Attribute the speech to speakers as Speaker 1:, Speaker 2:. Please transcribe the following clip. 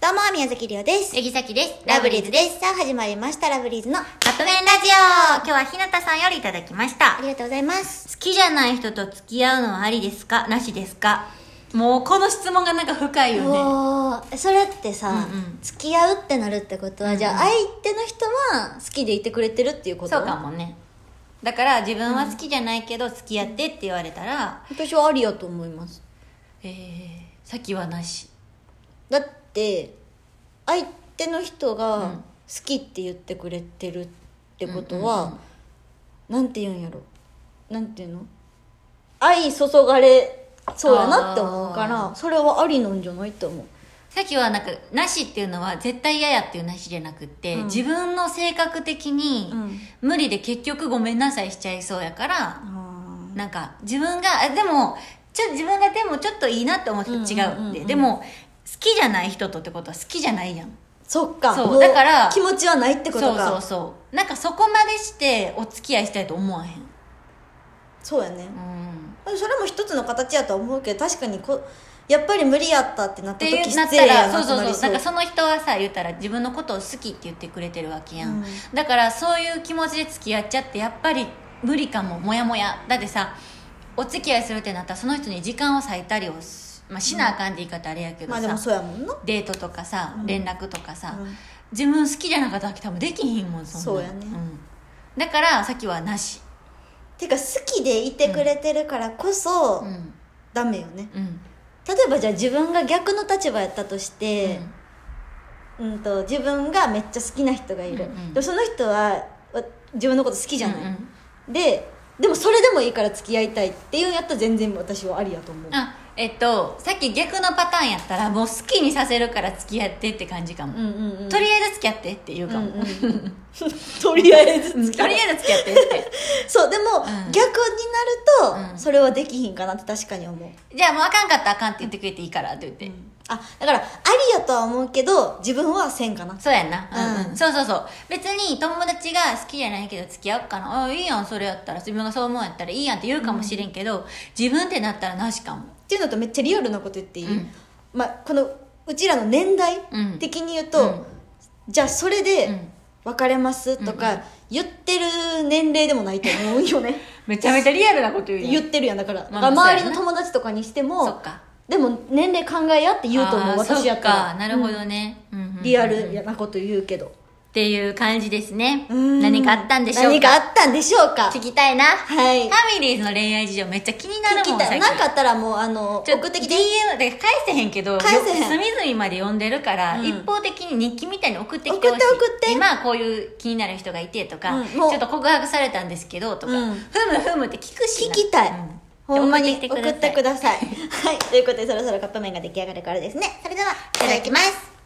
Speaker 1: どうも、宮崎りおです。
Speaker 2: 杉崎です。
Speaker 1: す。さあ、始まりました、ラブリーズのカ
Speaker 2: カップ麺ラジオ今日は日向さんよりいただきました
Speaker 1: あ。りがとうございます。
Speaker 2: 好きじゃない人と付き合うのはありですかなしですかもうこの質問がなんか深いよね。
Speaker 1: おーそれってさ、
Speaker 2: うんうん
Speaker 1: 付き合うってなるってことは、
Speaker 2: うんうん
Speaker 1: じゃあ、相手の人は好きでいてくれてるっていうこと
Speaker 2: そうか。もね。だから自分は好きじゃないけど付き合ってって言われたら、
Speaker 1: 私はありやと思います。
Speaker 2: えー、さっきはなし。
Speaker 1: だって、相手の人
Speaker 2: う
Speaker 1: が
Speaker 2: ん
Speaker 1: 好きって言ってくれてるってこと
Speaker 2: うんうん
Speaker 1: は、なんて言うんやろ。なんて言うの愛注がれそうやなって思うから、それはありなんじゃないと思う。
Speaker 2: さっきはなんか、なしっていうのは絶対嫌やっていうなしじゃなくって、
Speaker 1: うん
Speaker 2: 自分の性格的に
Speaker 1: うん
Speaker 2: 無理で結局ごめんなさいしちゃいそうやから、
Speaker 1: あー
Speaker 2: なんか自分があでもちょ自分がでもちょっといいなって思って違うって、
Speaker 1: うんうんうんうん
Speaker 2: でも好きじゃない人とってことは好きじゃないやん
Speaker 1: そっか
Speaker 2: そう
Speaker 1: も
Speaker 2: だから
Speaker 1: 気持ちはないってこと
Speaker 2: そう
Speaker 1: か
Speaker 2: そうそうなんかそこまでしてお付き合いしたいと思わへん
Speaker 1: そうやね
Speaker 2: うん
Speaker 1: それも一つの形やとは思うけど確かにこやっぱり無理やったってなっ
Speaker 2: ったて
Speaker 1: 時
Speaker 2: いうな
Speaker 1: 失
Speaker 2: った
Speaker 1: 礼や
Speaker 2: ら
Speaker 1: な
Speaker 2: そう
Speaker 1: ってな
Speaker 2: そう
Speaker 1: り
Speaker 2: そうなんか
Speaker 1: そう
Speaker 2: その人はさ言ったら自分のことを好きって言ってくれてるわけやん、
Speaker 1: うん
Speaker 2: だからそういう気持ちで付き合っちゃってやっぱり無理かもモヤモヤだってさお付き合いするってなったらその人に時間を割いたりをし,、まあ、しなあかんって言い方あれやけど
Speaker 1: ま
Speaker 2: さ、
Speaker 1: あでもそうやもんな
Speaker 2: デートとかさ、
Speaker 1: うん
Speaker 2: 連絡とかさ、
Speaker 1: うん
Speaker 2: 自分好きじゃなかったら多分できひんもんそんな
Speaker 1: そうやね
Speaker 2: んだからさっきはなして
Speaker 1: か好きでいてくれてるからこそ、
Speaker 2: うん
Speaker 1: ダメよね
Speaker 2: うん
Speaker 1: 例えばじゃあ自分が逆の立場やったとして、うんと自分がめっちゃ好きな人がいる、
Speaker 2: うんうん
Speaker 1: でもその人はわ自分のこと好きじゃない、
Speaker 2: うんうん
Speaker 1: ででもそれでもいいから付き合いたいっていうんやったら全然私はありやと思う
Speaker 2: あえっとさっき逆のパターンやったらもう好きにさせるから付き合ってって感じかも、
Speaker 1: うんうんうん
Speaker 2: とりあえず付き合ってっていうかも、
Speaker 1: とりあえず
Speaker 2: うんとりあえず付き合ってって
Speaker 1: そうでも、
Speaker 2: ん
Speaker 1: 逆になると、
Speaker 2: うん
Speaker 1: それはできひんかなって確かに思う、
Speaker 2: じゃあもうあかんかったらあかんって言ってくれていいからって言って、
Speaker 1: あだからありやとは思うけど自分はせんかな
Speaker 2: そうやんな、うん
Speaker 1: う
Speaker 2: うんん、そうそうそう別に友達が好きじゃないけど付き合うかなあいいやんそれやったら自分がそう思うんやったらいいやんって言うかもしれんけど、自分ってなったらなしかも
Speaker 1: っていうのとめっちゃリアルなこと言っていい、
Speaker 2: うん
Speaker 1: まあ、このうちらの年代
Speaker 2: うん
Speaker 1: 的に言うと、
Speaker 2: うん
Speaker 1: じゃあそれ
Speaker 2: う
Speaker 1: で
Speaker 2: ん
Speaker 1: 別れますとか言ってる年齢でもないと思う よね
Speaker 2: めちゃめちゃリアルなこと言うやん
Speaker 1: 言ってるやんだから,、
Speaker 2: まあ
Speaker 1: 周り
Speaker 2: そ
Speaker 1: の
Speaker 2: うやな
Speaker 1: 友達とかにして
Speaker 2: そ
Speaker 1: も
Speaker 2: っか
Speaker 1: でも年齢考えやって言うと思
Speaker 2: あ
Speaker 1: う
Speaker 2: ー
Speaker 1: 私やったら
Speaker 2: そっかなるほどね、うんうんうん
Speaker 1: リアルやなこと言うけど。
Speaker 2: っていう感じですね
Speaker 1: うん
Speaker 2: 何かあったんでしょうか
Speaker 1: 何かあったんでしょうか
Speaker 2: 聞きたいなフ
Speaker 1: はい。聞
Speaker 2: ァミリーズの恋愛事情めっちゃ気になるも
Speaker 1: き
Speaker 2: ん
Speaker 1: たい。
Speaker 2: 最近
Speaker 1: なんかあったらもう、あの、
Speaker 2: ちょ
Speaker 1: 送ってきて。
Speaker 2: DM で返せへんけど
Speaker 1: 返せへん
Speaker 2: よ隅々まで読んでるから、
Speaker 1: うん
Speaker 2: 一方的に日記みたいに送ってきてほしい
Speaker 1: 送って送って
Speaker 2: 今はこういう気になる人がいてとか、
Speaker 1: うん
Speaker 2: ち
Speaker 1: もう
Speaker 2: ょっと告白されたんですけどとか、
Speaker 1: うん
Speaker 2: ふむふむって聞くし
Speaker 1: 聞
Speaker 2: な
Speaker 1: きたい
Speaker 2: うん。
Speaker 1: ほんまに
Speaker 2: 送ってき
Speaker 1: 送
Speaker 2: てください
Speaker 1: ってください。はい。ということで、そろそろカップ麺が出来上がるからですね。それでは、いただきます。